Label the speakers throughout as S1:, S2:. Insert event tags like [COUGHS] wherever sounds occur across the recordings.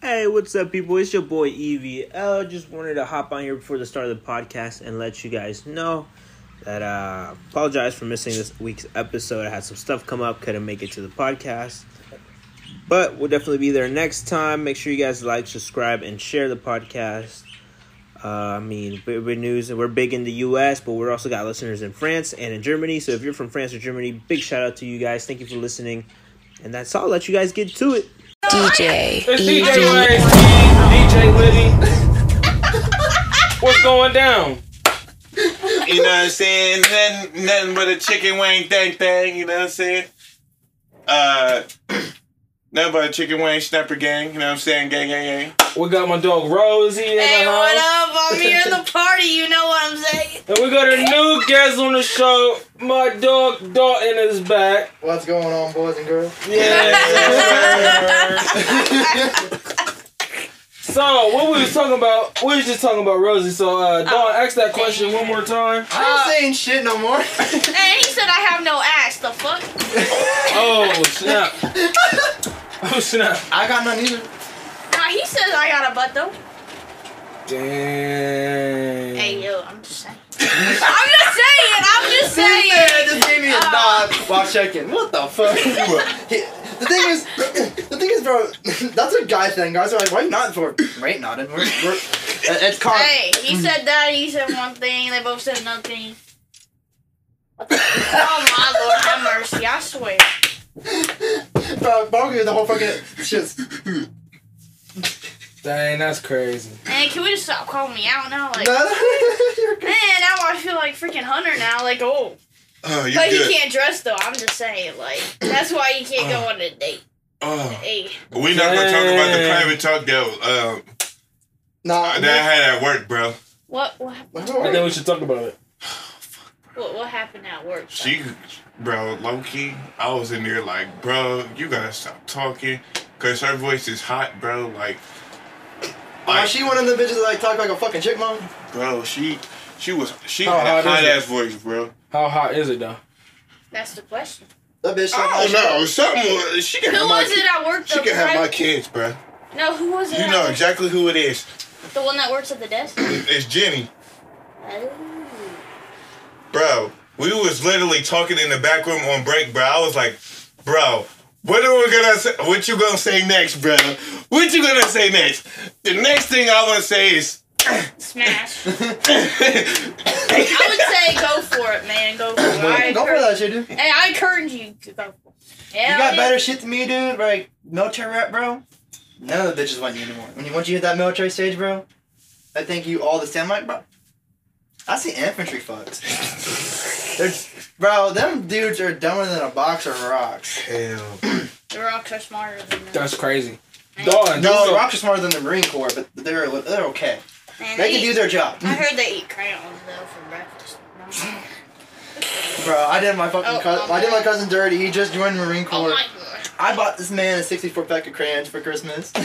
S1: Hey, what's up, people? It's your boy Evie. I just wanted to hop on here before the start of the podcast and let you guys know that uh apologize for missing this week's episode. I had some stuff come up, couldn't make it to the podcast. But we'll definitely be there next time. Make sure you guys like, subscribe, and share the podcast. Uh, I mean, big, big news. We're big in the U.S., but we're also got listeners in France and in Germany. So if you're from France or Germany, big shout out to you guys. Thank you for listening. And that's all. Let you guys get to it.
S2: DJ
S3: It's DJ
S2: EV.
S3: Larry Steve, DJ Liddy. What's going down?
S4: You know what I'm saying? Nothing, nothing but a chicken wing thing thing. You know what I'm saying? Uh, [CLEARS THROAT] nothing but a chicken wing snapper gang. You know what I'm saying? Gang, gang, gang.
S3: We got my dog Rosie in
S2: Hey,
S3: the
S2: what
S3: house.
S2: up? I'm here in the party. You know what I'm
S3: [LAUGHS]
S2: saying?
S3: And we got a new guest on the show. My dog Dalton is back.
S5: What's going on, boys and girls?
S3: [LAUGHS] So what we was talking about, we was just talking about Rosie. So uh Dalton, ask that question one more time.
S2: Ah.
S5: I ain't saying shit
S2: [LAUGHS]
S5: no more.
S2: And he said I have no ass. The fuck?
S3: Oh snap. [LAUGHS] Oh snap.
S5: I got none either.
S2: Nah, he says I got a butt though.
S3: Dang.
S2: Hey, yo, I'm just saying. I'm just saying. I'm just saying.
S5: Yeah, just gave me a
S2: Ah.
S5: nod while checking. What the [LAUGHS] fuck? He- the thing is, [COUGHS] the thing is, bro, [COUGHS] that's a guy thing. Guys are like, why you nodding for? Right, nodding.
S2: [LAUGHS]
S5: We're, we're, it- it's con.
S2: Hey, he said that. He said one thing. They both said nothing. What the- oh my lord, have mercy! I swear.
S5: [LAUGHS] Bro, Bongo, the whole fucking shit's.
S3: Dang, that's crazy.
S2: Man, can we just stop calling me out now? Like, man,
S5: Nah, [LAUGHS] you're good.
S2: now I feel like freaking Hunter now. Like, oh.
S4: Oh, you
S2: But he
S4: good?
S2: can't dress though. I'm just saying, like that's why you can't
S4: Uh.
S2: go on a date.
S4: Oh,
S2: Hey,
S4: we're not gonna talk about the
S3: Dang.
S4: private talk that um
S5: Nah,
S4: that I had at work, bro.
S2: what what hap-
S5: What's
S3: I think we should talk about it.
S2: what, what happened at work? though?
S4: She, bro, low key, I was in there like, bro, you gotta stop talking, cause her voice is hot, bro. Like,
S5: Oh, she one of the bitches that like talk like a fucking chickmunk.
S4: bro, she, she was, she
S3: How
S4: had a
S3: hot
S4: hot
S3: is
S4: ass voice, bro.
S3: How hot is it though?
S2: That's the question.
S5: That bitch. talk
S4: I
S5: like
S4: don't know, something. She can
S2: Who
S4: have my
S2: was it at work?
S4: She
S2: though?
S4: can have
S2: Right?
S4: my kids, bro.
S2: No, who was it?
S4: You
S2: at
S4: know
S2: work?
S4: exactly who it is.
S2: The one that works at the desk.
S4: It's Jenny,
S2: Oh.
S4: bro. We was literally talking in the back room on break, bro. I was like, bro, what are we gonna say? What you gonna say next, bro? What you gonna say next? The next thing I wanna say is, [LAUGHS]
S2: Smash.
S5: [LAUGHS]
S2: I would say go for it, man. Go for it. I
S5: Go for
S2: encourage-
S5: that shit, dude.
S2: Hey, I encourage you to go for it. Yeah,
S5: You got
S2: dude.
S5: better shit than me, dude. Like military rap, bro. None of the bitches want you anymore. When you once you hit that military stage, bro, I think you all the same. Like, bro, I see infantry fucks. They're, bro, them dudes are dumber than a box of rocks.
S4: hell,
S2: The rocks are smarter than that.
S3: That's crazy.
S2: Man,
S3: Dawn,
S5: No,
S3: so-
S5: the rocks are smarter than the Marine Corps, but they're they're okay.
S2: man,
S5: They can do
S2: eat-
S5: their job,
S2: I heard they eat crayons though for
S4: [LAUGHS]
S2: breakfast. No.
S5: bro. I did my
S2: Oh,
S5: fucking cousin. I did my cousin dirty. He just joined the Marine
S2: Oh
S5: Corps.
S2: my god.
S5: I bought this man a 64 pack of crayons for Christmas. [LAUGHS]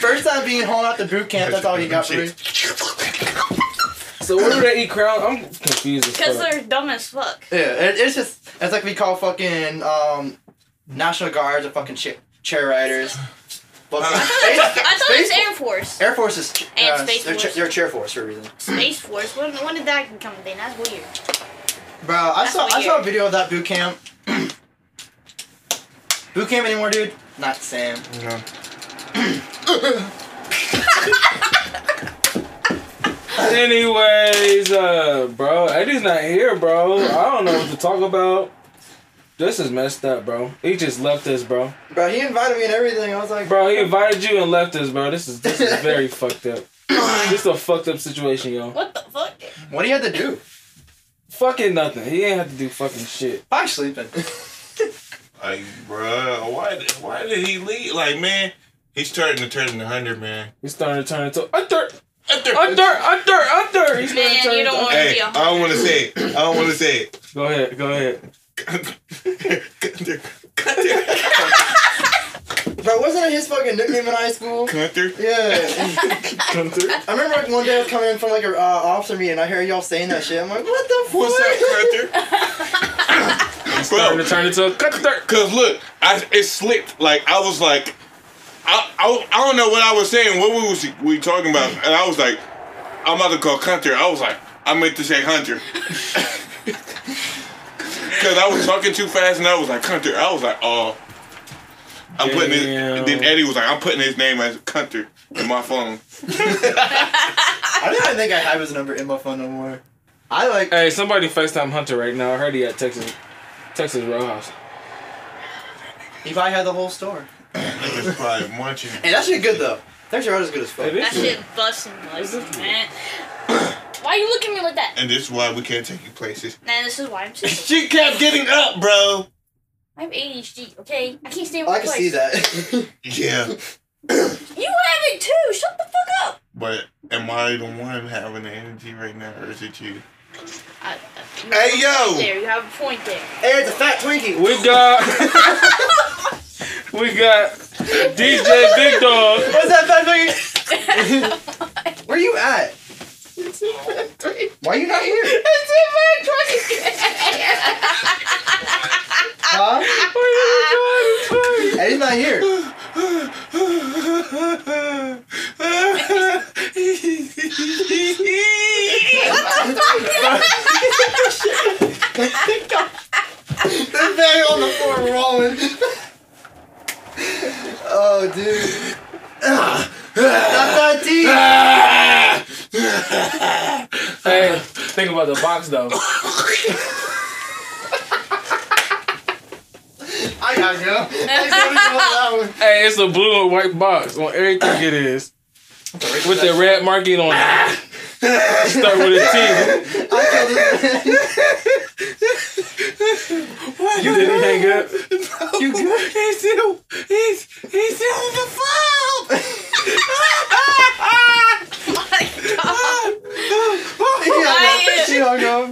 S5: First time being hauled out to boot camp, that's all you got for me.
S3: So where do they eat crown? I'm confused. as
S2: Because
S3: fuck.
S2: they're dumb as fuck.
S5: Yeah, it, it's just it's like we call fucking um national guards or fucking cha- chair riders. Fucking space,
S2: I thought it was
S5: Space-
S2: Air Force.
S5: Air Force is ch-
S2: And
S5: uh,
S2: Space
S5: they're,
S2: Force.
S5: Cha- they're chair force for a reason.
S2: Space Force. When, when did that become a thing? That's weird.
S5: Bro, I
S2: That's
S5: saw I saw
S2: weird.
S5: a video of that boot camp. [CLEARS THROAT] boot camp anymore, dude? Not Sam.
S4: no.
S3: Anyways, uh, bro, Eddie's not here, bro. I don't know what to talk about. This is messed up, bro. He just left us, bro.
S5: Bro, he invited me and everything. I was like,
S3: Bro, he invited you and left us, bro. This is this is very fucked up. This is a fucked up situation, yo.
S2: What the fuck?
S5: what do you have to do?
S3: Fucking nothing. He ain't have to do fucking shit.
S5: I'm sleeping. [LAUGHS]
S4: Like, bro, why, did- why did he leave? Like, man, he's starting to turn into hundred, man.
S3: He's starting to turn into a dirt,
S4: Under,
S3: a dirt, a dirt, a dirt. He's starting
S2: Man,
S3: to turn
S2: you don't
S3: into-
S2: want-
S4: Hey, I don't want to say it. I don't want to say it.
S3: Go ahead,
S2: [LAUGHS]
S3: go ahead.
S4: Gunther, Gunther,
S5: Bro, wasn't it his fucking nickname in high school?
S4: Gunther.
S5: [LAUGHS] Yeah. [LAUGHS] I remember like one day I was coming in from like a uh, [LAUGHS] officer meeting. I hear y'all saying that shit. I'm like, what the fuck?
S4: What's up, Gunther?
S3: it's starting
S4: Bro.
S3: to turn into a cutthroat.
S4: Cause look, I it slipped. Like I was like, I, I, I don't know what I was saying. What we was we talking about? And I was like, I'm about to call Hunter. I was like, I meant to say Hunter. [LAUGHS] Cause I was talking too fast, and I was like Hunter. I was like, oh. I'm putting his,
S3: Damn.
S4: then Eddie was like, I'm putting his name as Hunter in my phone.
S5: I don't even think I have his number in my phone no more. I like.
S3: Hey, somebody FaceTime Hunter right now. I heard he at Texas, Texas Roadhouse.
S5: He probably had the whole store.
S4: It was probably munching.
S5: Hey, that shit good though. That's right as good as fuck.
S3: It is.
S2: That shit busting like man. [COUGHS] Why you looking at me like that?
S4: And this is why we can't take you places.
S2: Man, this is why I'm sick.
S4: [LAUGHS] She kept getting up, bro.
S2: I have ADHD, okay? I can't stay in
S5: Oh, I
S2: one
S5: can
S2: place.
S5: see that. [LAUGHS]
S4: Yeah,
S2: You have it too! Shut the fuck up!
S4: but am I the one having the energy right now, or is it you?
S2: I, I, you
S4: Hey,
S2: have a point There, you have a
S4: yo!
S2: point [LAUGHS] there.
S5: hey, it's a fat Twinkie.
S3: We got, [LAUGHS] we got DJ Big Dog.
S5: What's that fat
S3: [LAUGHS]
S5: Twinkie? Where you [LAUGHS] at? Why you not here? Huh? [LAUGHS] Eddie's not here. That bag on the floor rolling. oh, dude. Ah, Not fat T.
S3: Hey, think about the box though.
S5: I gotta go. I just wanna go with that one.
S3: Hey, it's a blue and white box on everything it is. With
S5: [LAUGHS]
S3: the red marking on it. Start with a T.
S5: I killed it.
S3: You didn't hang up.
S5: You [LAUGHS] good?
S3: He's still, he's, he's still on the phone.
S5: [LAUGHS]
S2: [LAUGHS]
S5: She hung up. She hung up.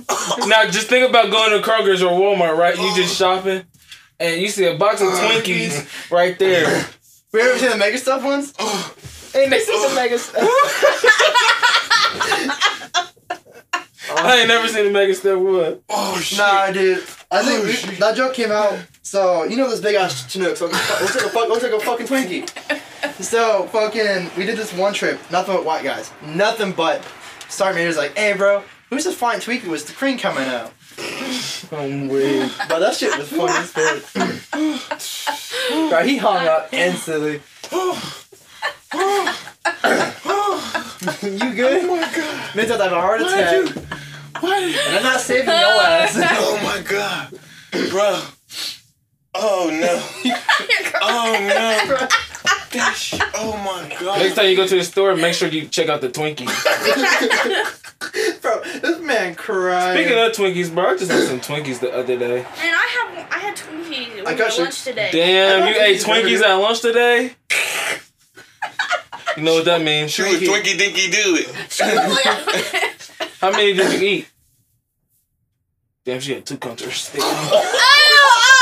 S3: Now, just think about going to Kroger's or Walmart, right? You just shopping, and you see a box of Twinkies right there.
S5: We ever seen the mega stuff ones?
S4: Oh,
S3: And they see the mega stuff. I ain't never seen a mega stuff one.
S4: Oh shit!
S5: Nah, dude. I think we, that joke came out. So you know those big ass Chinooks. Looks like, looks like a fuck. Looks like a fucking Twinkie. So fucking, we did this one trip. Nothing but white guys. Nothing but. Sergeant Major's like, hey, bro. Who's this flying Twinkie with the cream coming out?
S3: I'm weird.
S5: But that shit was funny as fuck. Bro, he hung up instantly. you good? Oh my god. Mental have a heart attack. And I'm not saving your ass.
S4: Oh my god, bro. Oh [LAUGHS] no. Oh no. That sh- oh my
S3: Next
S4: god.
S3: time you go to the store, make sure you check out the Twinkies.
S5: [LAUGHS] Bro, this man cried.
S3: Speaking
S5: [LAUGHS]
S3: of Twinkies, bro, I just had some Twinkies the other day.
S2: Man, I have I had Twinkies with
S5: I
S2: my
S5: got you.
S2: lunch today.
S3: Damn, you
S5: I don't
S3: ate
S5: think he's
S3: Twinkies at lunch today? You know what that means.
S4: She was Twinkie Dinky do it.
S5: [LAUGHS]
S3: How many did you eat? Damn, she had two counters.
S2: Oh, oh,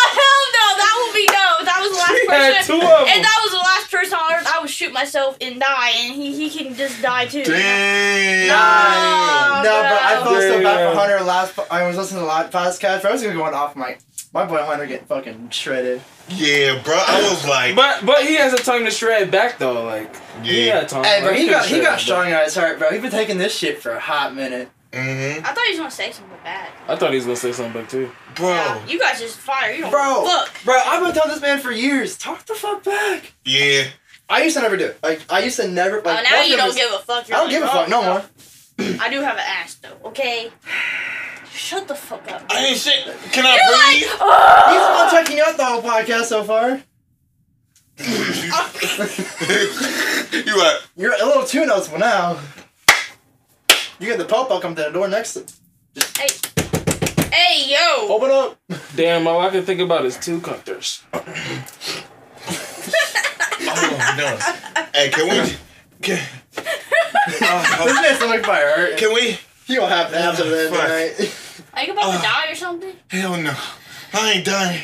S2: hell no! That will be no. That was the last
S3: She
S2: person.
S3: had two of
S2: If
S3: them.
S2: that was the last person on earth, I would shoot myself and die, and he, he can just die too.
S4: Damn.
S5: No, bro, I felt so bad
S3: Damn.
S5: for Hunter last. po- I was listening to the last podcast, but I was gonna go off my my boy Hunter getting fucking shredded.
S4: Yeah, bro. I was like,
S3: But but he has a time to shred back though, like he
S4: yeah.
S3: had time.
S5: Hey, bro,
S3: like,
S5: he got he
S3: shred
S5: got
S3: back.
S5: strong on his heart, bro. He been taking this shit for a hot minute.
S4: Mm-hmm.
S2: I thought he was gonna say something bad.
S3: I thought he was gonna say something back too.
S4: Bro.
S2: Yeah, you guys just fire. You don't
S5: Bro,
S2: Look,
S5: bro, I've been telling this man for years, talk the fuck back.
S4: Yeah.
S5: I used to never do it. Like I used to never. Like,
S2: oh, now
S5: that
S2: you don't
S5: was-
S2: give a fuck.
S5: I don't give a fuck no more.
S2: more. I do have an ass though. Okay. Shut the fuck up.
S4: I ain't shit. Can I
S2: You're like,
S4: breathe?
S2: oh,
S5: He's the one checking out the whole podcast so far.
S4: [LAUGHS] you like,
S5: You're a little too noticeable now. You get the pop up come to the door next. to-
S2: [LAUGHS] hey yo.
S5: Open up.
S3: Damn, all I can think about is two counters.
S4: oh no. Hey, can we? Can,
S5: This man's like fire. [LAUGHS] hurt.
S4: can we?
S5: You don't have to have to then
S4: Fuck.
S5: tonight.
S2: Are you about
S4: Uh,
S2: to die or something?
S4: Hell no. I ainain't done. it.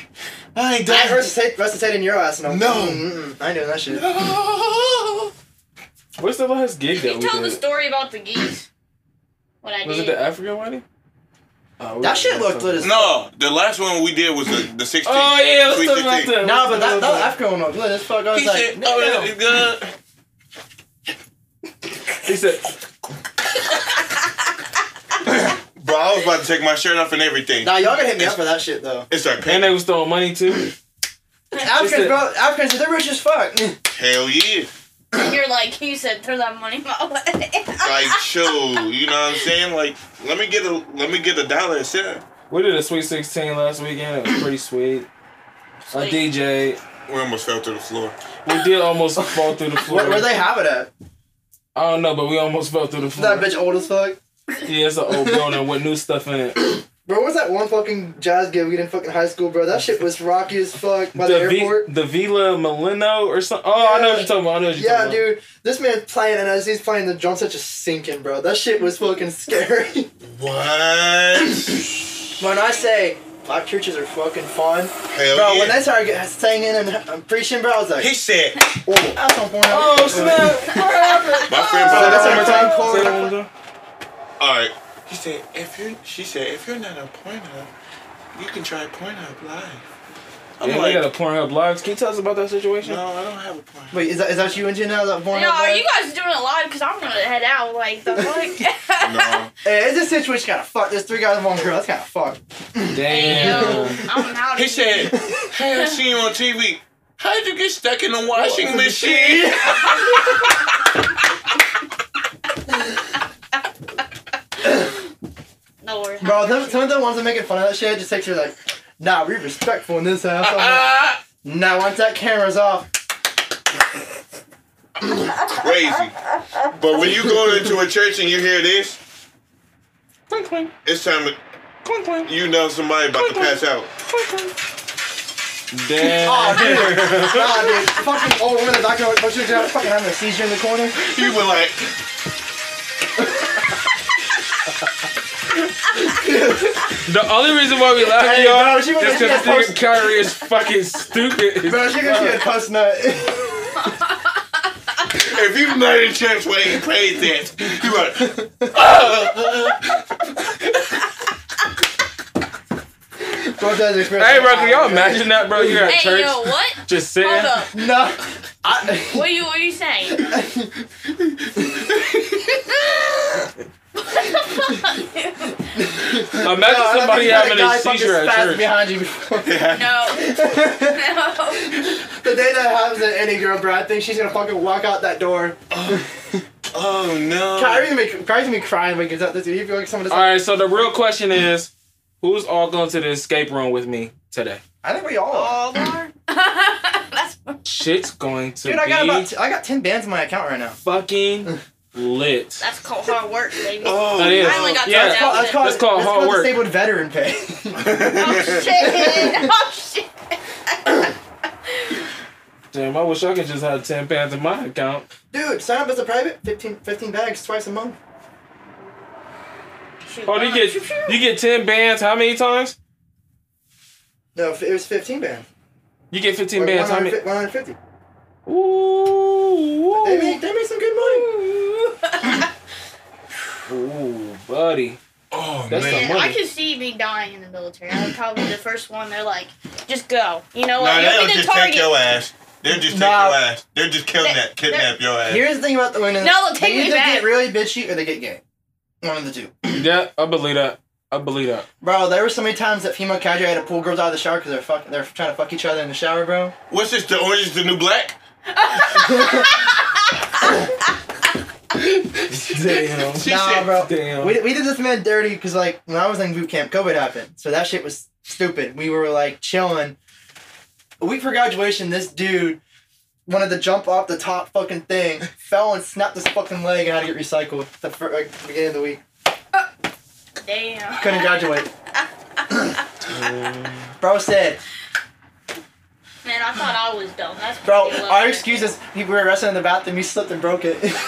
S4: I ain't
S5: I
S4: done.
S5: resuscitating your ass. No.
S4: No.
S5: Mm-mm, I ain't doing that shit.
S4: it.
S3: What's the last gig that
S2: You
S3: we
S2: told the
S3: did?
S2: story about the geese. What I
S3: Was it
S2: did.
S3: the African wedding? Oh,
S5: That shit looked lit as-
S4: No, the last one we did was the, the 16.
S3: Oh yeah, let's
S4: Sweet
S3: talk about
S4: 16.
S3: that.
S5: Nah, but that, that African one looked lit as fuck. I was
S4: He
S5: like,
S4: said,
S5: no,
S4: oh, that is good.
S3: He said,
S4: Bro, I was about to take my shirt off and everything.
S5: Nah, y'all gonna hit me up for that shit though.
S4: It's like,
S3: and they was throwing money too.
S5: Africans,
S3: Listen.
S5: bro, Africans, they're rich as fuck. [LAUGHS]
S4: hell yeah.
S2: You're like, you said, throw that money my [LAUGHS] way.
S4: Like,
S2: [LAUGHS]
S4: show, you know what I'm saying? Like, let me get a let me get a dollar and sit.
S3: We did a Sweet 16 last weekend. It was pretty sweet. A
S2: Sweet.
S3: DJ.
S4: We almost fell to the floor.
S3: We did almost fall through the floor.
S5: Where, where they have it at?
S3: I don't know, but we almost fell through the floor.
S5: That bitch old as fuck.
S3: Yeah, it's an old building with new stuff in it.
S5: Bro, what was that one fucking jazz gig we did in fucking high school, bro? That shit was rocky as fuck by the,
S3: the, V-
S5: airport.
S3: the Villa Molino or something. Oh, I know what you're talking about. I know what you're
S5: yeah,
S3: talking about.
S5: dude, this man's playing, and as he's playing, the drums are just sinking, bro. That shit was fucking scary. [LAUGHS]
S4: What?
S5: when I say black churches are fucking fun,
S4: Hell
S5: bro,
S4: yeah.
S5: when they started getting- singing and um, preaching, bro, I was like,
S4: he said,
S5: oh, that's on point.
S3: Oh, snap. What
S5: [LAUGHS]
S3: happened?
S4: my friend
S5: So
S4: brought
S5: that's
S4: up-
S5: our time.
S3: Say that one more time.
S4: All right. He said, if you, she said, if you're not a Pornhub, you can try Pornhub Live. I'm
S3: Yeah, they
S4: like,
S3: got a Pornhub Live. Can you tell us about that situation?
S4: no, I don't have a Pornhub.
S5: Wait, is that, is that you into now? That born
S2: no,
S5: up
S2: are
S5: there?
S2: you guys doing it live? Because I'm going to head out. Like, the fuck?
S4: No,
S5: Hey, it's a situation kind of fucked. There's three guys and one girl. That's kind of fucked.
S2: Hey, yo, [LAUGHS]
S3: Damn.
S2: I'm out of
S4: He
S2: here.
S4: said, [LAUGHS] "Hey, I seen you on TV. How would you get stuck in the washing machine?"
S2: No worries.
S5: [LAUGHS] Bro, them, some of the ones that making fun of that shit just takes you like, nah, we respectful in this house. I'm like,
S4: Ah,
S5: nah, once that camera's off,
S4: [LAUGHS] Crazy. But when you go into a church and you hear this,
S3: Clink, clink,
S4: it's time to,
S3: clink, clink,
S4: you know somebody about to pass out.
S3: clink, clink. Damn.
S5: oh,
S3: [LAUGHS]
S5: dude, nah, dude, fucking old woman in the back of the grocery store fucking having a seizure in the corner.
S4: You were like,
S3: The only reason why we laugh,
S5: Hey,
S3: y'all,
S5: bro,
S3: is
S5: she gonna get
S3: because
S5: that
S3: nigga
S5: post-
S3: Kyrie is fucking stupid.
S5: Bro, she gonna get a
S3: [LAUGHS]
S5: post nut.
S4: if you've not in church where you praise dance, you like,
S5: bro, does experience.
S3: hey, bro, can y'all
S5: [LAUGHS]
S3: imagine that, bro? You're at
S2: Hey,
S3: church,
S2: yo, what?
S3: just sitting.
S2: Hold up.
S5: No, I,
S2: What are you, what are you saying?
S3: Imagine
S5: no,
S3: somebody
S5: I
S3: having
S5: think
S3: a
S5: that guy
S3: seizure at
S5: fucking spazzed
S3: church.
S5: behind
S3: [LAUGHS]
S5: you before.
S2: no. [LAUGHS] No.
S5: [LAUGHS] The day that happens to any girl, bro, I think she's gonna fucking walk out that door.
S4: "Oh no."
S5: Kyrie's gonna be, Kyrie's gonna be crying when he gets out this. He feel like someone just.
S3: All right, so the real question is, who's all going to the escape room with me today?
S5: I think we all. are.
S2: All are. That's
S3: Shit's going to
S5: Dude,
S3: be
S5: I got about t- I got ten bands in my account right now.
S3: fucking
S5: [LAUGHS]
S3: lit.
S2: that's called hard work, baby.
S4: Oh,
S3: That is.
S2: I only got
S3: Yeah.
S2: thrown out.
S5: That's called,
S3: That's called
S5: that's
S3: hard
S5: called
S3: work.
S5: Disabled veteran pay.
S2: Oh
S5: [LAUGHS]
S4: [LAUGHS]
S2: shit! [LAUGHS] Oh shit!
S3: Damn, I wish I could just have ten pounds in my account.
S5: Dude, sign up as a private. 15, 15 bags twice a month.
S2: Shoot,
S3: Oh,
S2: why
S3: you
S2: not?
S3: get you get ten bands. How many times?
S5: No, f- it was fifteen bands.
S3: You get fifteen
S5: Or
S3: bands. How
S5: 100
S3: many?
S5: 150.
S3: Ooh, ooh.
S5: They make they make some good money.
S2: [LAUGHS]
S3: Ooh, buddy.
S4: Oh
S3: That's
S4: man.
S3: the
S2: Yeah, I
S3: money.
S2: could see me dying in the military. I would probably be the first one. They're like, just go. You know
S4: No,
S2: what?
S4: they'll
S2: You'll be the
S4: just
S2: target.
S4: take your ass. They'll just take
S5: Nah.
S4: your ass. They'll just kidnap,
S2: They-
S4: kidnap your ass.
S5: Here's the thing about the women.
S2: No, they'll take
S5: they
S2: me
S5: either
S2: back.
S5: get really bitchy or they get gay. One of the two.
S3: Yeah, I believe that. I believe that.
S5: Bro, there were so many times that female cadre had to pull girls out of the shower because they're fuck they're trying to fuck each other in the shower, bro.
S4: What's this? The orange is the new black?
S3: Damn.
S4: She
S5: nah,
S4: said,
S5: bro.
S3: [LAUGHS] Damn.
S5: We, we did this man dirty because like when I was in boot camp, COVID happened, so that shit was stupid. We were like chilling. A week for graduation, this dude wanted to jump off the top fucking thing, [LAUGHS] fell and snapped his fucking leg, and had to get recycled the fir- like, beginning of the week.
S2: Damn.
S3: [LAUGHS]
S5: Couldn't graduate. bro said,
S2: Man, I thought I was dumb. That's
S5: bro,
S2: pretty low.
S5: our
S2: [LAUGHS]
S5: excuse is we were wrestling in the bathroom, he slipped and broke it. [LAUGHS]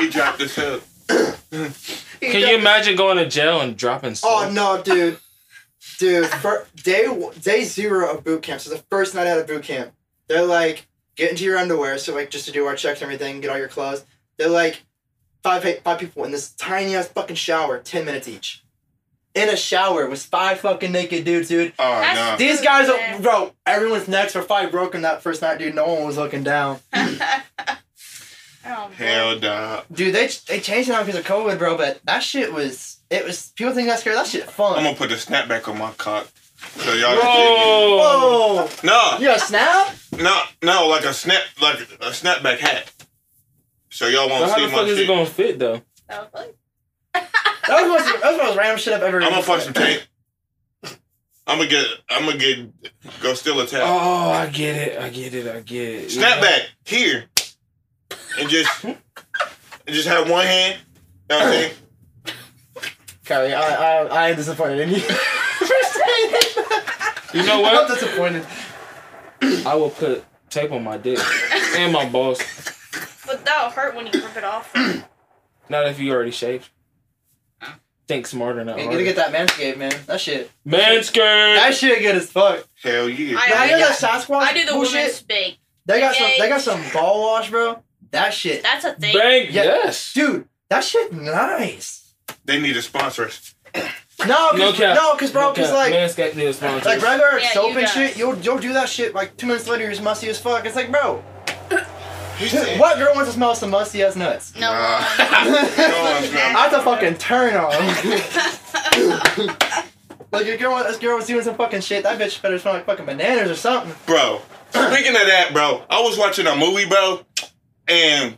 S4: He dropped the soap.
S3: Can you imagine going to jail and dropping
S5: Oh
S3: soap?
S5: no, dude. Dude, fir- day w- day zero of boot camp. So the first night out of boot camp, they're like, get into your underwear. So like, just to do our checks and everything, get all your clothes. They're like, five five people in this tiny ass fucking shower, ten minutes each. in a shower with five fucking naked dudes, dude.
S4: Oh
S2: That's-
S4: no.
S5: These guys,
S2: Yeah.
S5: are, bro, everyone's necks were five broken that first night, dude. No one was looking down.
S2: oh, boy.
S4: Hell no.
S5: Dude, they they changed it now because of COVID, bro. But that shit was it was people think that's scary. That shit fun.
S4: I'm gonna put a snapback on my cock. So y'all can
S3: Whoa.
S5: Whoa!
S4: see me. No,
S5: You got a snap?
S4: no, no, like a snap like a snapback hat. So y'all
S3: So
S4: won't
S3: how
S4: see
S3: the fuck
S4: my
S3: is it
S4: shit.
S3: gonna fit though?
S2: That was like-
S5: That was most, that was the most random shit I've ever.
S4: I'm gonna fuck some tape. I'm gonna get I'm gonna get go steal a towel.
S3: Oh, I get it. I get it. I get it.
S4: Snap back here, and just and just have one hand. You know what I'm saying?
S5: Kylie, I, I I am disappointed in you. [LAUGHS] For saying that.
S3: You know
S5: I'm [LAUGHS]
S3: what?
S5: disappointed.
S3: I will put tape on my
S4: [LAUGHS]
S3: dick and my balls.
S2: But that'll hurt when you rip it
S4: [CLEARS THROAT]
S2: off.
S3: Not if you already shaved. Think smarter, not
S5: You
S3: harder.
S5: gotta get that manscaped, man. That shit.
S3: Manscaped.
S5: That shit good as fuck.
S4: Hell yeah!
S2: I-
S5: Now, you know that Sasquatch
S2: I do the
S5: bullshit?
S2: women's big.
S5: They got some. They got some ball wash, bro. That shit,
S2: That's a thing.
S3: Bang.
S5: Yeah.
S3: Yes.
S5: dude. That shit nice.
S4: they need to sponsor us.
S5: No, cause,
S3: No
S5: no,
S3: cap.
S5: cause bro,
S3: Okay,
S5: cause like,
S3: Manscaped
S5: [LAUGHS]
S3: needs sponsors.
S5: like regular
S2: Yeah,
S5: soap
S2: you
S5: and
S2: guys.
S5: shit, you'll you'll do that shit like two minutes later, you're musty as fuck. It's like, bro, [LAUGHS]
S4: He said-
S5: what girl wants to smell some musty ass nuts? [LAUGHS]
S2: No.
S4: Nah.
S5: That's
S4: don't smell-
S5: a fucking turn on. [LAUGHS] like your girl, this girl was doing some fucking shit. That bitch better smell like fucking bananas or something.
S4: bro. Speaking of that, bro, I was watching a movie, bro, and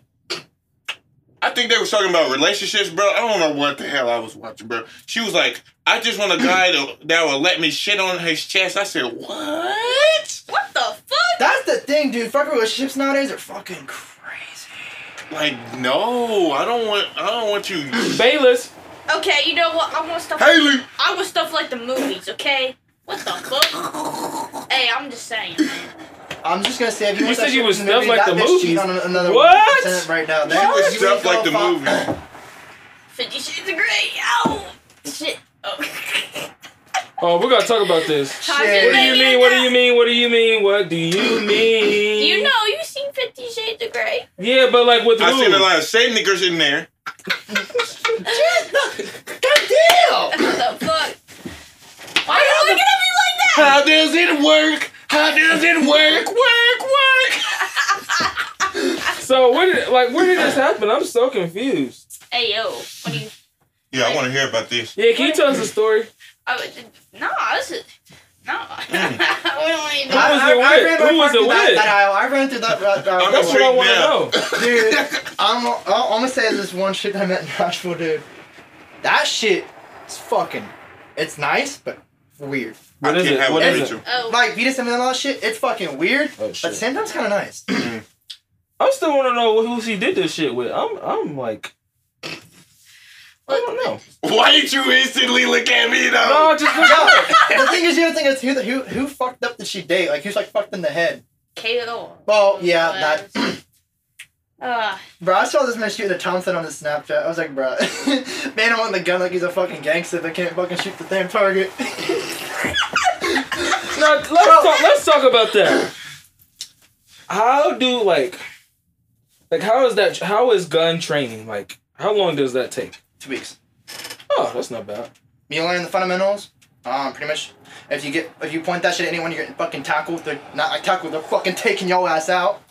S4: I think they was talking about relationships, bro. I don't know what the hell I was watching, bro. She was like, "I just want a guy to, that will let me shit on his chest." I said, "What?"
S2: what the fuck?
S5: That's the thing, dude. Fucking relationships nowadays are fucking crazy.
S4: Like, no, I don't want. I don't want you,
S3: Bayless.
S2: Okay, you know what? I want stuff.
S4: Haley.
S2: I want stuff like the movies. Okay. What the fuck? Hey, I'm just saying.
S5: I'm just gonna say, if you,
S3: You
S5: want
S3: said
S5: that
S3: you
S5: shit
S3: was
S5: from the
S3: stuffed
S5: movie,
S3: like
S5: that
S3: the
S5: bitch cheating
S3: movies.
S5: On another
S3: What?
S5: woman right now.
S4: She was
S5: You
S4: stuff
S5: go
S4: like the
S5: fuck-
S4: movie.
S2: Fifty Shades of Grey. Ow. Shit. Oh. [LAUGHS]
S3: Oh, we're gonna talk about this.
S2: How did
S3: What do
S5: Shit.
S2: they
S3: you
S2: get
S3: mean? What do
S2: that?
S3: you mean? What do you mean? What do
S5: [CLEARS THROAT]
S3: you mean?
S2: You know, you seen Fifty Shades of Grey. [LAUGHS]
S3: Yeah, but like with who?
S4: I seen a lot of same niggers in there.
S5: God damn!
S2: What the [LAUGHS] fuck? Why are you looking at me like that?
S4: How does it work? How does it work? Work, work.
S3: So where did like where did this happen? I'm so confused.
S2: [LAUGHS] Hey yo, what do you?
S4: Yeah, I want to hear about this.
S3: Yeah, can you tell us the story?
S2: I would, nah, this is [LAUGHS] nah. we don't need
S3: Who
S5: I-
S2: to.
S3: was
S5: I-
S3: it
S5: I
S3: with?
S5: ran my
S3: Who was
S5: fucking
S3: it
S5: that-
S3: with? Oh,
S5: That aisle. I ran through that. that, that
S4: I'm
S5: that
S3: That's what I
S4: Right
S3: want to
S4: now.
S3: know.
S5: dude.
S3: [LAUGHS]
S5: I'm, I'm gonna say this one shit that I met in Nashville, dude. That shit is fucking. It's nice, but weird.
S4: [LAUGHS] I
S3: What is
S4: can't
S3: it?
S4: have
S3: What
S4: none
S3: is
S4: of
S3: it?
S4: you.
S2: Oh,
S5: Like Vetus and all that shit, it's fucking weird.
S3: Oh,
S5: But at
S3: shit.
S5: the same time, it's kind of nice.
S3: I still want to know who he did this shit with. I'm I'm like I don't know.
S4: Why did you instantly look at me
S5: Oh.
S4: though?
S3: No,
S5: [LAUGHS]
S3: just look
S5: No,
S3: up.
S5: the thing is, you gotta think is who the, who who fucked up did she date? Like who's like fucked in the head?
S2: KO.
S5: Well, yeah, that.
S2: Uh,
S5: [CLEARS THROAT] Bro, I saw this man shooting a Thompson on his Snapchat. I was like, bro, [LAUGHS] man, I want the gun like he's a fucking gangster that can't fucking shoot the damn target. [LAUGHS]
S3: No, let's talk. Let's talk about that. How do like, like how is that? How is gun training? Like, how long does that take?
S5: Two weeks.
S3: Oh, that's not bad.
S5: You learn the fundamentals. Um, pretty much. If you get if you point that shit at anyone, you're getting fucking tackled. They're not like tackled. They're fucking [LAUGHS] taking your ass out.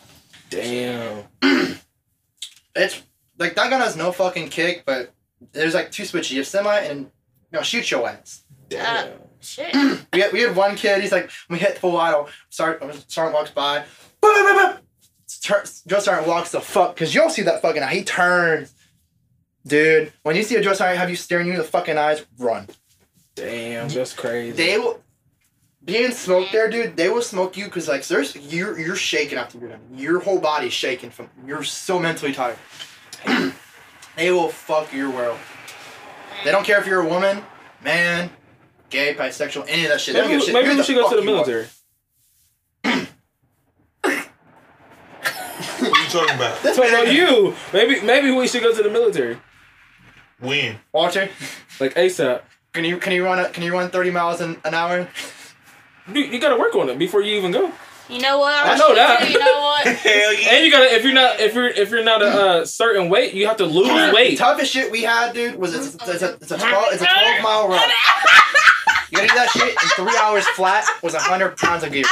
S3: Damn.
S5: It's like that gun has no fucking kick, but there's like two switches. You have semi and you know shoot your ass.
S3: Damn.
S2: shit.
S5: We had, we had one kid. He's like we hit full auto. Sergeant sergeant walks by. Boom, boom, boom, boom. Tur- drill sergeant walks the fuck because you'll see that fucking eye. He turns. Dude, when you see a drill sergeant have you staring you in the fucking eyes, run.
S3: Damn. That's crazy.
S5: They will. Being smoked there, dude, they will smoke you because like there's you're you're shaking after you're done. Your whole body's shaking from you're so mentally tired. [CLEARS THROAT] they will fuck your world. They don't care if you're a woman, man, gay, bisexual, any of that shit. They
S3: Maybe,
S5: don't give a
S3: we-
S5: shit.
S3: maybe
S5: Who
S3: we
S5: the
S3: should go
S5: fuck
S3: to the
S5: you are.
S3: military.
S4: What are you talking about?
S5: This
S3: So about
S5: man-
S3: you, maybe maybe we should go to the military,
S4: When?
S5: Walter,
S3: like ASAP.
S5: can you can you run a, can you run thirty miles an, an hour?
S3: Dude, you gotta work on it before you even go.
S2: You know what?
S3: I know that.
S2: You know what?
S4: Hell yeah.
S3: And you gotta if you're not if you're if you're not a uh, certain weight, you have to lose
S5: The
S3: weight.
S5: toughest shit we had, dude, was it's, it's, a, it's a twelve it's a twelve mile [LAUGHS] run. You gotta do that shit in three hours flat was hundred pounds of gear.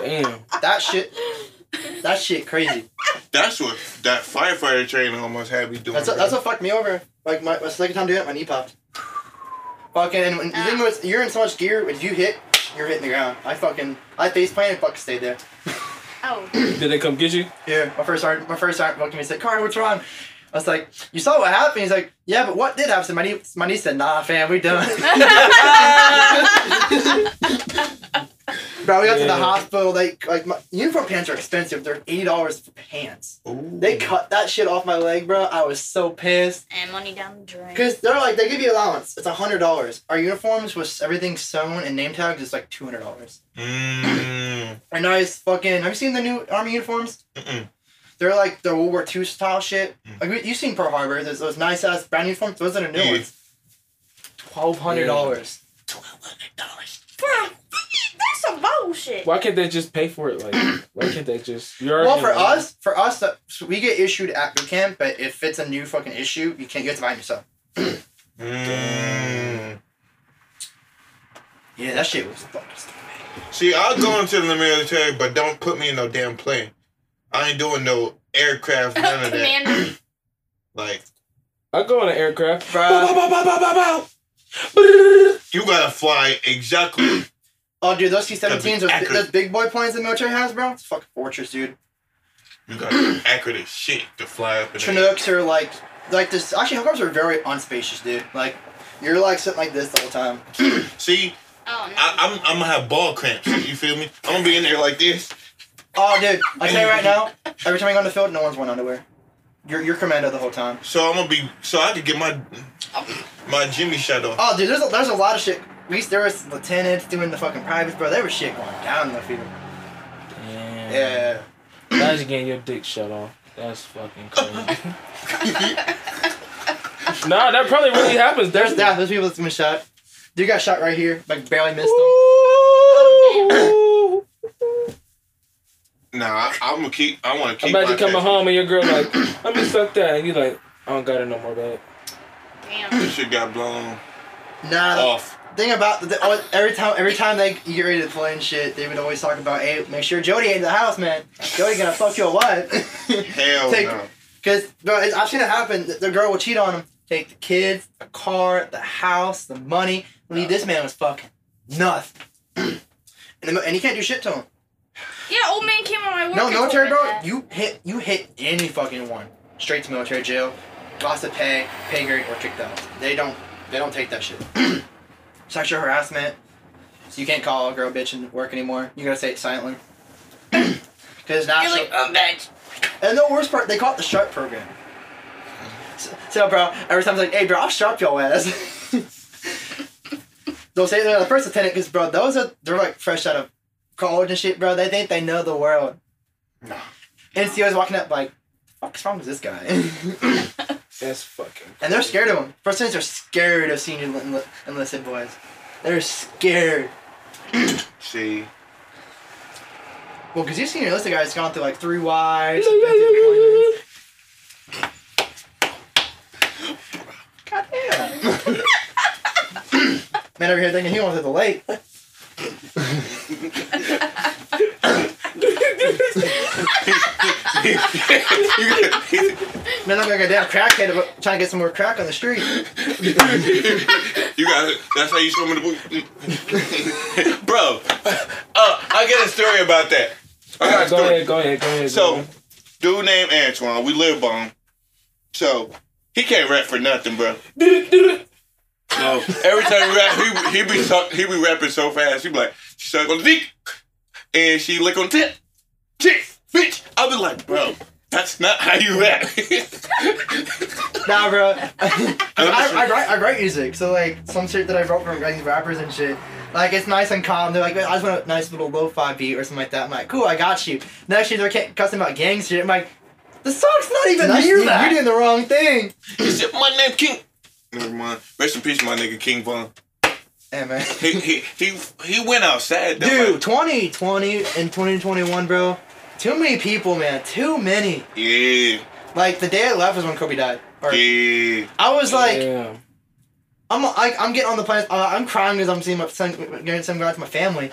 S3: Damn.
S5: That shit, that shit crazy.
S4: That's what that firefighter training almost had me doing.
S5: That's what,
S4: bro.
S5: that's what fucked me over. Like my, my second time doing it, my knee popped. Fucking, and when, the thing was, you're in so much gear. If you hit, you're hitting the ground. I fucking, I face planted, and fucking stayed there.
S2: [LAUGHS] Oh,
S3: Did they come get you?
S5: Yeah, my first sergeant, my first sergeant looked at me and said, "Carter, what's wrong?" I was like, "You saw what happened." He's like, "Yeah, but what did happen?" My niece, my niece said, "Nah, fam, we done." Bro, we got to the
S3: Yeah.
S5: hospital. They like my uniform pants are expensive. They're eighty dollars for pants.
S4: Ooh.
S5: They cut that shit off my leg, bro. I was so pissed
S2: and money down the drain.
S5: because they're like they give you allowance. It's hundred dollars. Our uniforms with everything sewn and name tags is like two hundred dollars.
S4: Mm.
S5: Our nice fucking. Have you seen the new army uniforms?
S4: Mm-mm.
S5: They're like the World War II style shit. Like we- you seen Pearl Harbor? There's those nice ass brand uniforms. Those are the new
S4: Yeah.
S5: ones. Twelve hundred dollars.
S2: Bro, that's some bullshit. [LAUGHS]
S3: Why can't they just pay for it? Like why can't they just you're
S5: Well,
S3: already-
S5: for us, for us, uh, so we get issued at boot camp, but if it's a new fucking issue, you can't. You have to buy it yourself.
S4: Mm.
S5: Yeah, that shit was fucking. stupid.
S4: See, I'll go into the military, but don't put me in no damn plane. I ain't doing no aircraft, none
S2: [LAUGHS]
S4: of that.
S2: Commander.
S4: Like,
S3: I go on an aircraft. Bow,
S5: Bruh.
S3: bow, bow, bow, bow, bow, bow.
S4: you gotta fly exactly.
S5: Oh, dude, those C-17s, those,
S4: accurate.
S5: those big boy planes the military has, bro. It's a fucking fortress, dude.
S4: You gotta [CLEARS THROAT] be accurate as shit to fly up in the air.
S5: Chinooks are like, like this. Actually, helicopters are very unspacious, dude. Like, you're like sitting like this the whole time.
S4: See,
S2: Oh, no.
S4: I, I'm, I'm gonna have ball cramps. You feel me? I'm gonna be in there like this.
S5: Oh, dude, I tell you right now, every time I go on the field, no one's wearing underwear. You're, you're commando the whole time.
S4: So I'm gonna be. So I could get my my Jimmy shot off.
S5: Oh, dude, there's a, there's a lot of shit. At least there was lieutenants doing the fucking privates, bro. There was shit going down in the field.
S3: Damn.
S5: Yeah.
S3: Now you getting your dick shut off. That's fucking
S5: [LAUGHS]
S3: crazy. nah, that probably really happens.
S5: There's
S3: There's
S5: that. There's people that's been shot. Dude got shot right here, like barely missed him.
S3: Ooh.
S4: Nah, I, I'm gonna keep. I want to keep.
S3: Imagine
S4: my
S3: coming
S4: tattoo.
S3: home and your girl like, let me suck that, and you like, I don't got it no more, babe.
S2: Damn.
S4: This shit got blown
S5: Nah, the
S4: off.
S5: thing about the, the- oh, every time every time they get ready to play and shit, they would always talk about, hey, make sure Jody ain't in the house, man. Jody gonna fuck your wife.
S4: [LAUGHS] Hell
S5: Take-
S4: no.
S5: Because bro, it's, I've seen it happen. The, the girl will cheat on him, take the kids, the car, the house, the money. Leave this man was fucking nothing. [CLEARS THROAT] and, the, and he can't do shit to him.
S2: Yeah, old man came on my work.
S5: No
S2: and
S5: military,
S2: told me
S5: bro.
S2: that.
S5: You hit you hit any fucking one. Straight to military jail, loss of pay, pay grade, or kicked out. They don't they don't take that shit. [CLEARS THROAT] Sexual harassment. So you can't call a girl bitch and work anymore. You gotta say it silently. [CLEARS THROAT] Because now
S2: You're
S5: she'll-
S2: like, oh, bitch.
S5: and the worst part, they call it the sharp program. So, so, bro, every time I'm like, hey, bro, I'll sharp your ass. [LAUGHS] They'll say they're the first lieutenant because, bro, those are, they're like fresh out of college and shit, bro. They think they know the world. No. NCO's walking up like, what's wrong with this guy? [LAUGHS] and
S3: That's fucking.
S5: they're scared of him. First things are scared of senior enli- enli- enlisted boys. They're scared.
S4: See,
S5: Well, because you've seen your enlisted guys gone through like three wives. and been through deployments.
S3: Crazy.
S5: Man over here thinking he wants to the lake. Man, I'm like a damn crackhead about trying to get some more crack on the street.
S4: you got. That's how you show me the movie, [LAUGHS] bro. Uh, I got a story about that. I got a
S3: Go
S4: story.
S3: ahead, go ahead, go ahead.
S4: So-
S3: go ahead.
S4: Dude named Antoine. We live on. him. So he can't rap for nothing, bro. No. Every time he rap, he, he be suck, he be rapping so fast. He be like, she suck on the dick, and she lick on the tip, chick, bitch. I be like, bro, that's not how you rap.
S5: Nah, bro. [LAUGHS] I, I, write, I write music, so like some shit that I wrote from like, these rappers and shit. Like it's nice and calm. They're like, I just want a nice little lo-fi beat or something like that. I'm like, cool, I got you. Next year they're ca- cussing about gang shit. I'm like, the song's not even
S4: Nice
S5: near
S4: beat.
S5: that. You're doing the wrong thing.
S4: he said, my name King. Never mind. Rest in peace, my nigga King Von.
S5: Hey, man.
S4: He he he, he went outside. though.
S5: Dude, 2020 and 2021, bro. Too many people, man. Too many.
S4: Yeah.
S5: Like the day I left was when Kobe died. Or,
S4: Yeah.
S5: I was like,
S3: yeah.
S5: I'm like, I'm getting on the plane. Uh, I'm crying because I'm seeing my son, getting some guy to my family.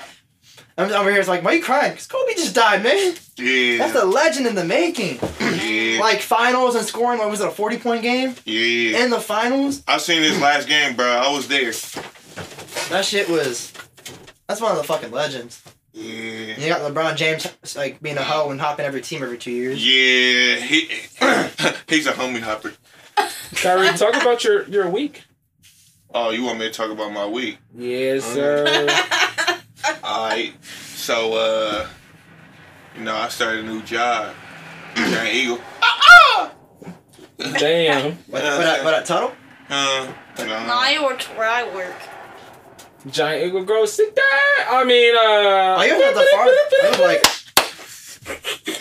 S5: I'm over here. It's like, why you crying? Because Kobe just died, man.
S4: Yeah.
S5: That's a legend in the making.
S4: yeah.
S5: Like finals and scoring. What was it? A 40 point game
S4: yeah.
S5: in the finals.
S4: I seen this last game, bro. I was there.
S5: That shit was. That's one of the fucking legends.
S4: Yeah.
S5: And you got LeBron James like being a hoe and hopping every team every two years.
S4: Yeah. He [CLEARS THROAT] he's a homie hopper.
S3: Kyrie, talk about your your week.
S4: Oh, you want me to talk about my week?
S3: Yes, sir.
S2: [LAUGHS]
S4: Alright. So uh you know, I started a new job. [CLEARS THROAT] Giant Eagle.
S3: Damn,
S5: What, what, at, what at Tuttle?
S4: Uh, you know,
S2: No, he works where I work.
S3: giant eagle grow sit there. I mean, uh.
S5: I even at the farm. I was like,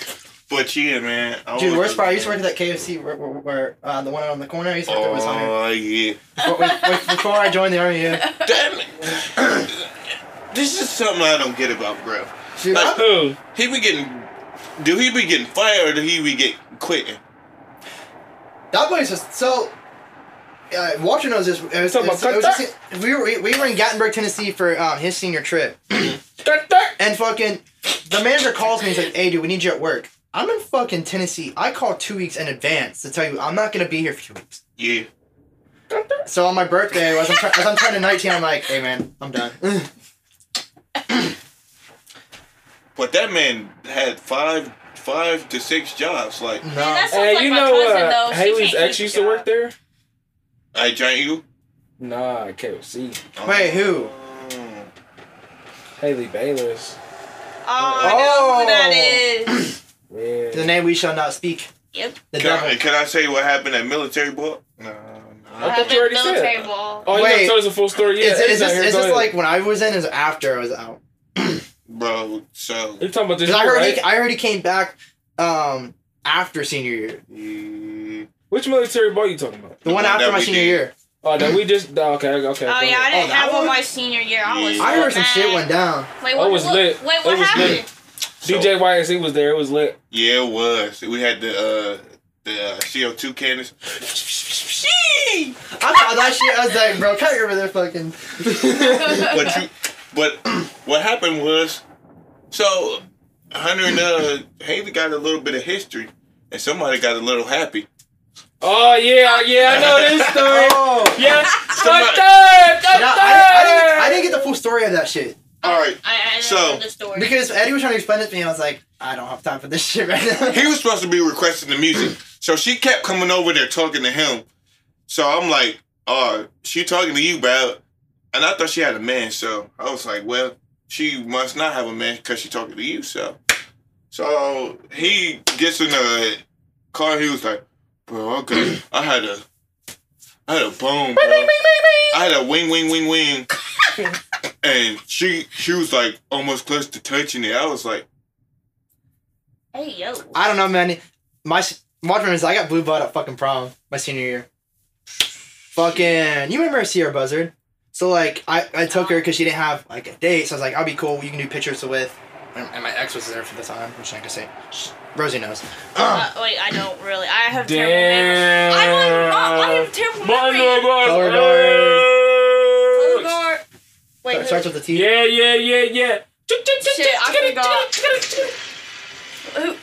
S4: But yeah, man. I
S5: Dude,
S4: was
S5: worst
S4: just-
S5: part, I used to work at that KFC where, where, where uh, the one on the corner. I used to work there was Hunter.
S4: Oh yeah.
S5: Before, before- before I joined the army, yeah.
S4: [LAUGHS] Damn it. [CLEARS THROAT] this is something I don't get about, bro.
S5: Dude, I'm-
S3: Who?
S4: He be getting, do he be getting fired or do he be get quitting?
S5: that place was so. Uh, Walter knows this. It was, it
S3: Talking
S5: was,
S3: about
S5: it was
S3: Qatar?
S5: just- we, were, we we were in Gatlinburg, Tennessee for um, his senior trip,
S3: Cut that.
S5: and fucking the manager calls me. He's like, "Hey, dude, we need you at work." I'm in fucking Tennessee. I call two weeks in advance to tell you I'm not gonna be here for two weeks.
S4: Yeah.
S3: Cut that.
S5: So on my birthday, as I'm, tur- as I'm turning 19, I'm like, "Hey, man, I'm done."
S4: But that man had five, five to six jobs. Like,
S2: Man, that
S5: No.
S2: sounds
S3: Hey,
S2: like
S3: you
S2: my
S3: know
S2: cousin,
S3: uh,
S2: though. She
S3: Haley's
S2: can't
S3: ex
S2: keep
S3: used
S2: a
S3: to work
S2: job.
S3: there.
S4: I giant you. Uh-huh.
S3: Nah, KFC.
S5: Wait, who?
S4: Mm.
S3: Haley Bayless.
S2: Oh, I know who that is.
S3: Yeah.
S5: The name we shall not speak.
S2: Yep.
S5: The
S4: Can I,
S5: devil.
S4: can I say what happened at military ball? No,
S3: I
S4: no.
S3: thought you already said
S2: military
S3: that.
S2: ball.
S3: Oh, you
S5: Wait.
S3: gotta tell us the full story. Yeah,
S5: is
S3: it
S5: is
S3: out
S5: this,
S3: here.
S5: is
S3: Go
S5: this
S3: ahead.
S5: like when I was in? Is after I was out?
S4: bro. So
S3: You're talking about this
S5: Because I
S3: year,
S5: heard
S3: right?
S5: he, I heard he came back um, after senior year,
S4: yeah.
S3: Which military ball you talking about?
S5: the one
S4: That
S5: after my
S4: we
S5: senior
S4: did.
S5: year.
S3: Oh, that we just. Oh, okay, okay.
S2: Oh
S3: go
S2: yeah, I
S3: ahead.
S2: didn't
S5: that
S2: have one
S5: one?
S2: my senior year. I was.
S4: Yeah.
S5: I
S2: so
S5: heard some shit
S2: mad.
S5: went down.
S2: Wait,
S3: I
S2: what,
S3: was
S2: what-
S3: lit.
S2: Wait,
S3: I
S2: what
S3: was
S2: happened?
S3: lit. DJ YSE E was there. It was lit.
S4: Yeah, it was. We had the uh, the uh, CO two cannons.
S5: I thought that shit. I was like, bro, cut over there, fucking.
S3: [LAUGHS]
S4: but you, but what happened was, so Hunter and uh, Haley got a little bit of history, and somebody got a little happy.
S3: Oh yeah, yeah. I know
S5: [LAUGHS]
S3: this story.
S5: Oh,
S3: Yeah.
S5: [LAUGHS]
S4: Somebody-
S3: Cut that. Cut
S5: Now, I, I, didn't, I
S3: that.
S5: didn't get the full story of that shit
S4: All right,
S2: I, I didn't
S4: So-
S2: know the story.
S5: because Eddie was trying to explain it to me, and I was like, I don't have time for this shit right now.
S4: he was supposed to be requesting the music, so she kept coming over there talking to him. So I'm like, "Oh, she talking to you, bro?" And I thought she had a man, so I was like, "Well, she must not have a man because she talking to you." So, so he gets in the car. He was like, "Bro, okay, I had a, I had a bone, bro. I had a wing, wing, wing, wing." and she, she was like almost close to touching it. I was like,
S2: hey yo.
S5: I don't know, man. My s- watchman is I got blue butt at fucking prom my senior year. Fucking, you remember Sierra Buzzard? So like, I, I took her because she didn't have like a date, so I was like, I'll be cool. You can do pictures with. And, and my ex was there for the time, which I can say. Shh, Rosie knows. [CLEARS THROAT]
S2: Uh, wait, I don't really. I have terrible memories.
S3: Damn.
S2: I don't. I have terrible memories.
S5: Color
S3: Color guard.
S2: Beauregard. Wait,
S5: Start-
S2: who,
S5: starts with the T.
S3: Yeah, yeah, yeah, yeah.
S2: Shit, I forgot. who?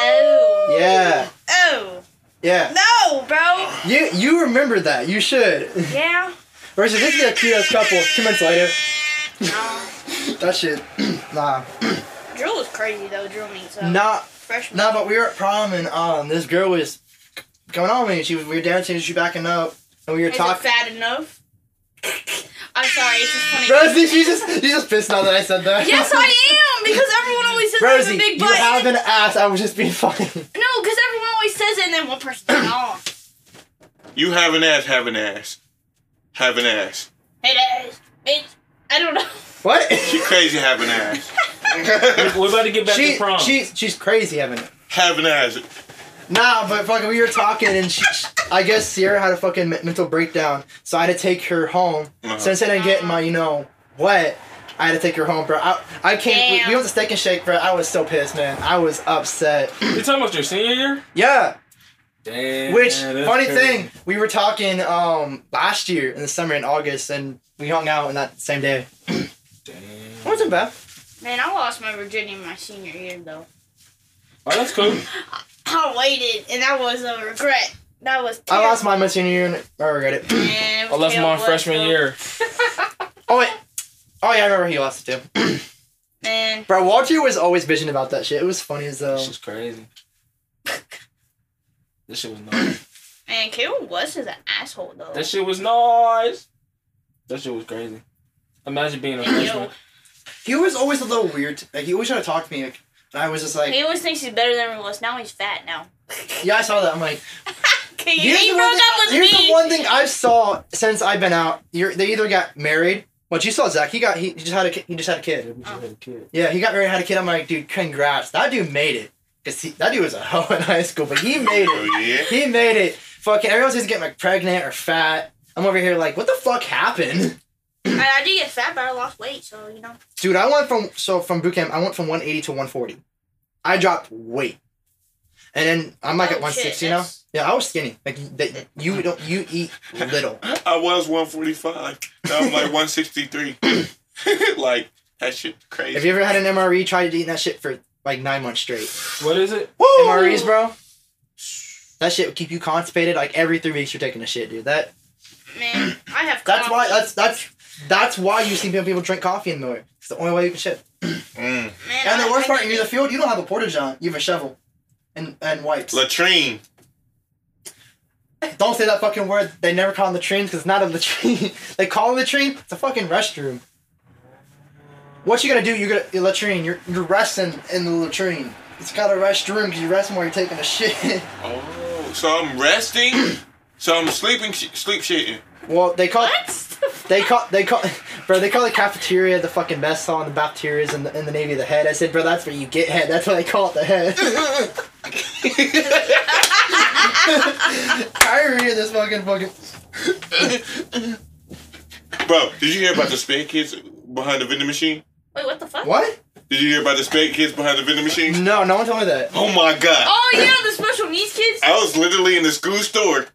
S2: Oh.
S5: Yeah.
S2: Oh.
S5: Yeah.
S2: No, bro.
S5: You you remember that? You should. [LAUGHS]
S2: Yeah.
S5: Versus this is a cute ass couple. Two months later,
S2: No.
S5: that shit. [CLEARS THROAT] nah.
S2: Drill was crazy though. Drill me so.
S5: Nah.
S2: Freshman.
S5: No, but we were at prom and um, this girl was coming on me. She was we were dancing. She was backing up, and we were
S2: Is it
S5: talking.
S2: fat enough? [LAUGHS] I'm sorry. It's just funny.
S5: Rosie, she just you just pissed now that I said that.
S2: Yes, I
S5: [LAUGHS]
S2: am because everyone always says I have
S5: Rosie,
S2: a big
S5: you
S2: butt.
S5: have
S2: and-
S5: an ass. I was just being funny.
S2: No, because everyone always says it, and then one person. Oh,
S4: You have an ass, have an ass. Have an ass.
S2: it is. It's. I don't know.
S5: [LAUGHS] What?
S4: She crazy have an ass.
S5: [LAUGHS]
S3: We're about to get back
S5: she,
S3: to prom.
S5: she's she's crazy having it.
S4: have an ass.
S5: Nah, but fucking we were talking and she, I guess Sierra had a fucking me- mental breakdown, so I had to take her home.
S4: Uh-huh.
S5: Since I didn't get my, you know, what, I had to take her home, bro. I, I came, we,
S2: Damn.
S5: we went to Steak and Shake, bro. I was so pissed, man. I was upset. [CLEARS THROAT]
S3: You talking about your senior year?
S5: yeah.
S3: Damn.
S5: Which
S3: that's
S5: funny
S3: crazy.
S5: thing, we were talking um last year in the summer in August, and we hung out on that same day.
S3: Damn.
S5: It wasn't bad.
S2: Man, I lost my virginity my senior year though.
S3: Oh, that's cool.
S2: I waited, and that was a regret. That was.
S5: I
S2: terrible.
S5: lost mine my senior year, and I regret it. [CLEARS THROAT]
S2: Man, it
S3: I
S2: was
S3: left Oh, my
S2: terrible.
S3: freshman year.
S5: Oh wait. Oh yeah, I remember he lost it too.
S2: Man,
S5: Bro, Walter was always bitching about that shit. It was funny as though.
S3: This shit's crazy. This shit was nice.
S2: man, Caleb was just an asshole though.
S3: That shit was nice. That shit was crazy. Imagine being a
S2: And yo,
S3: freshman.
S5: He was always a little weird. Like he always tried to talk to me. Like, and I was just like,
S2: he always thinks he's better than he was. Now he's fat now.
S5: [LAUGHS] yeah, I saw that. I'm like,
S2: Okay,
S5: here's,
S2: [LAUGHS] he
S5: the,
S2: broke
S5: one thing,
S2: up with
S5: here's
S2: me.
S5: the one thing I've saw since I've been out. You're, they either got married. What you saw, Zach? He got he just had a ki- he just had a kid.
S3: We just had a
S2: Oh.
S3: kid.
S5: Yeah, he got married, had a kid. I'm like, dude, congrats. That dude made it. Cause he, that dude was a [LAUGHS] hoe in high school, but he made it.
S4: Oh, yeah.
S5: He made it. Fucking everyone's just getting like pregnant or fat. I'm over here like, what the fuck happened? [LAUGHS]
S2: I, I did get fat, but I lost weight, so you know.
S5: Dude, I went from so from boot camp, I went from 180 to 140. I dropped weight. And then I'm like
S2: Oh,
S5: at 160
S2: shit,
S5: now.
S2: that's-
S5: Yeah, I was skinny. Like that, you don't you eat little.
S4: I was 145. Now I'm like 163. [LAUGHS] like, that shit crazy.
S5: Have you ever had an MRE try to eat that shit for like nine months straight?
S3: What is it?
S5: Woo! MREs, bro. That shit will keep you constipated. Like every three weeks, you're taking a shit, dude. That
S2: Man, I have.
S5: that's
S2: coffee.
S5: why uh, that's that's that's why you see people drink coffee in the morning. It's the only way you can shit.
S4: Mm.
S2: Man,
S5: And
S2: I-
S5: the worst
S2: I
S5: part,
S2: get
S5: you're in the field. You don't have a porta john. You have a shovel, and and wipes.
S4: Latrine.
S5: Don't say that fucking word. They never call them latrines because it's not a [LAUGHS] latrine. they call it a latrine. It's a fucking restroom. What you gonna do? You're gonna your latrine. You're you're resting in the latrine. It's got a restroom because you're resting while you're taking a shit. [LAUGHS]
S4: Oh, so I'm resting. [CLEARS THROAT] so I'm sleeping, sh- sleep shitting.
S5: well, they call
S2: What? [LAUGHS]
S5: they call they call bro. They call the cafeteria the fucking mess hall and the bacterias and the, and the navy the head. I said, bro, that's where you get head. That's why they call it the [LAUGHS] head. I read this fucking fucking.
S4: Bro, did you hear about the spare kids behind the vending machine?
S2: Wait, what the fuck?
S5: What?
S4: Did you hear about the spare kids behind the vending machine?
S5: No, no one told me [LAUGHS] that.
S4: Oh my god.
S2: Oh yeah, the special needs
S3: [LAUGHS]
S2: kids.
S4: I was literally in the school store,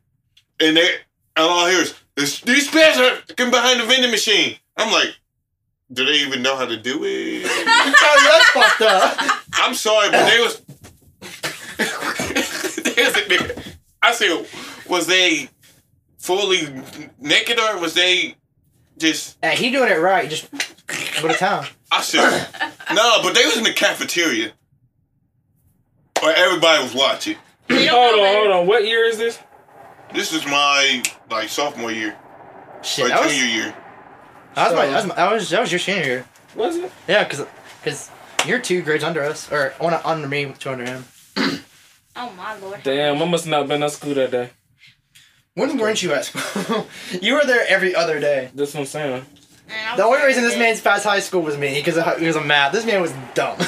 S4: and they and all I hear is "This- these spares are fucking behind the vending machine. I'm like, do they even know how to do it?
S5: [LAUGHS] that's fucked up.
S4: I'm sorry, but they was. [LAUGHS] they was in there. I said, was they fully naked or was they just?
S5: Hey, he doing it right. Just go to town.
S4: I said, no, but they was in the cafeteria, where everybody was watching.
S2: They don't
S3: Hold
S2: know
S3: on,
S2: better.
S3: hold on. What year is this?
S4: This is my like sophomore year
S5: Shit,
S4: or
S5: that was,
S4: junior year.
S5: that was my, that was my, that was, that was your senior year.
S3: Was it?
S5: Yeah, cause, cause you're two grades under us, or one under me, two under him.
S2: Oh my lord.
S3: Damn, I must not been at school that day.
S5: When weren't you at school? [LAUGHS] you were there every other day.
S3: That's what I'm saying.
S2: Man, I was
S5: The only
S2: like,
S5: reason this
S2: "Shit."
S5: man's past high school was me, because he was a math. This man was dumb. [LAUGHS]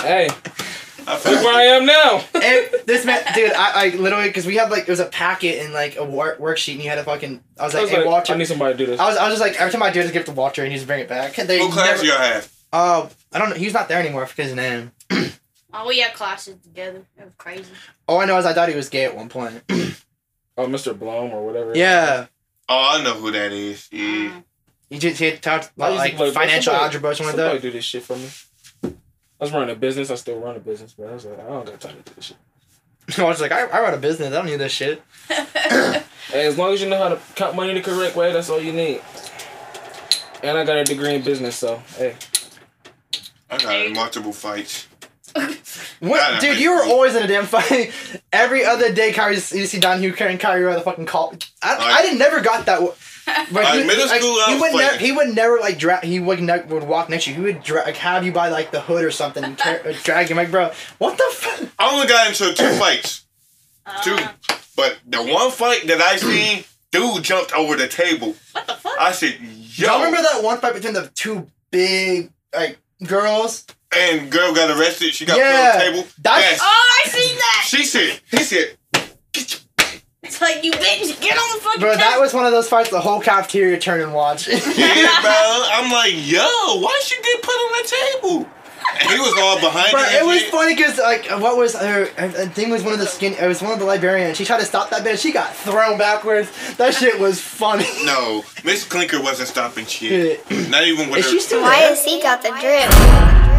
S3: Hey,
S4: I
S3: look
S4: found
S3: where I am now.
S5: And this man, dude, I, I literally, cause we had like it was a packet and like a wor- worksheet, and you had a fucking. I was
S3: I
S5: like,
S3: was
S5: hey,
S3: like,
S5: Walter.
S3: I need somebody to do this.
S5: I was, I was just like, every time I do it, just give it to Walter and he'd just bring it back. They
S4: what class
S5: never-
S4: y'all have?
S5: Uh, I don't know. He's not there anymore. I forget his name.
S2: Oh, we had classes together. It was crazy.
S5: All I know is I thought he was gay at one point. [CLEARS THROAT]
S3: Oh, Mr. Blum or whatever.
S5: yeah.
S4: Oh, I know who that is. Yeah.
S2: Mm.
S5: He just he talked
S3: I
S5: about
S3: used to
S5: like
S3: play-
S5: financial
S3: somebody-
S5: algebra or something like
S3: Somebody
S5: that.
S3: do this shit for me. I was running a business. I still run a business, but I was like, I don't got time to do this shit.
S5: [LAUGHS] I was like, I, I run a business. I don't need this shit.
S3: Hey, as long as you know how to count money the correct way, that's all you need. And I got a degree in business, so hey.
S4: I got in multiple fights. I
S5: What,
S4: don't
S5: dude,
S4: know.
S5: you were always in a damn fight. [LAUGHS] Every other day, Kyrie, you see Don Hugh carrying Kyrie around the fucking call. I, I,
S4: Like-
S5: didn't never got that. w- But
S4: Like, middle school, uh, I
S5: he
S4: was
S5: would
S4: fighting.
S5: never. He would never like drag. He would ne- would walk next to you. He would dra- like, have you by like the hood or something and car- uh, drag you. I'm like, bro, what the fuck?
S4: I only got
S2: [COUGHS]
S4: into two fights,
S2: Uh,
S4: two. But the one fight that
S2: [COUGHS]
S4: I seen, dude jumped over the table.
S2: What the fuck?
S4: I said, yo.
S5: Y'all remember that one fight between the two big like girls?
S4: And girl got arrested. She got put
S5: Yeah.
S4: [LAUGHS] on the table.
S5: That's-
S4: Yes.
S2: oh, I seen that. [LAUGHS]
S4: She said, he said, get your
S2: It's like you bitch, get on the fucking.
S5: Bro, that
S2: test.
S5: was one of those fights the whole cafeteria turned and watched. [LAUGHS]
S4: Yeah, bro. I'm like, yo, why she get put on the table? And he was all behind
S5: Bro,
S4: her.
S5: it was funny because like what was her, her, her thing was one of the skin. It was one of the librarians. She tried to stop that bitch. She got thrown backwards. That shit was funny.
S4: No, Miss Clinker wasn't stopping shit.
S5: Shit.
S4: Not even with
S5: Is
S4: her.
S5: she still
S6: Why
S5: there?
S6: has he got the drip?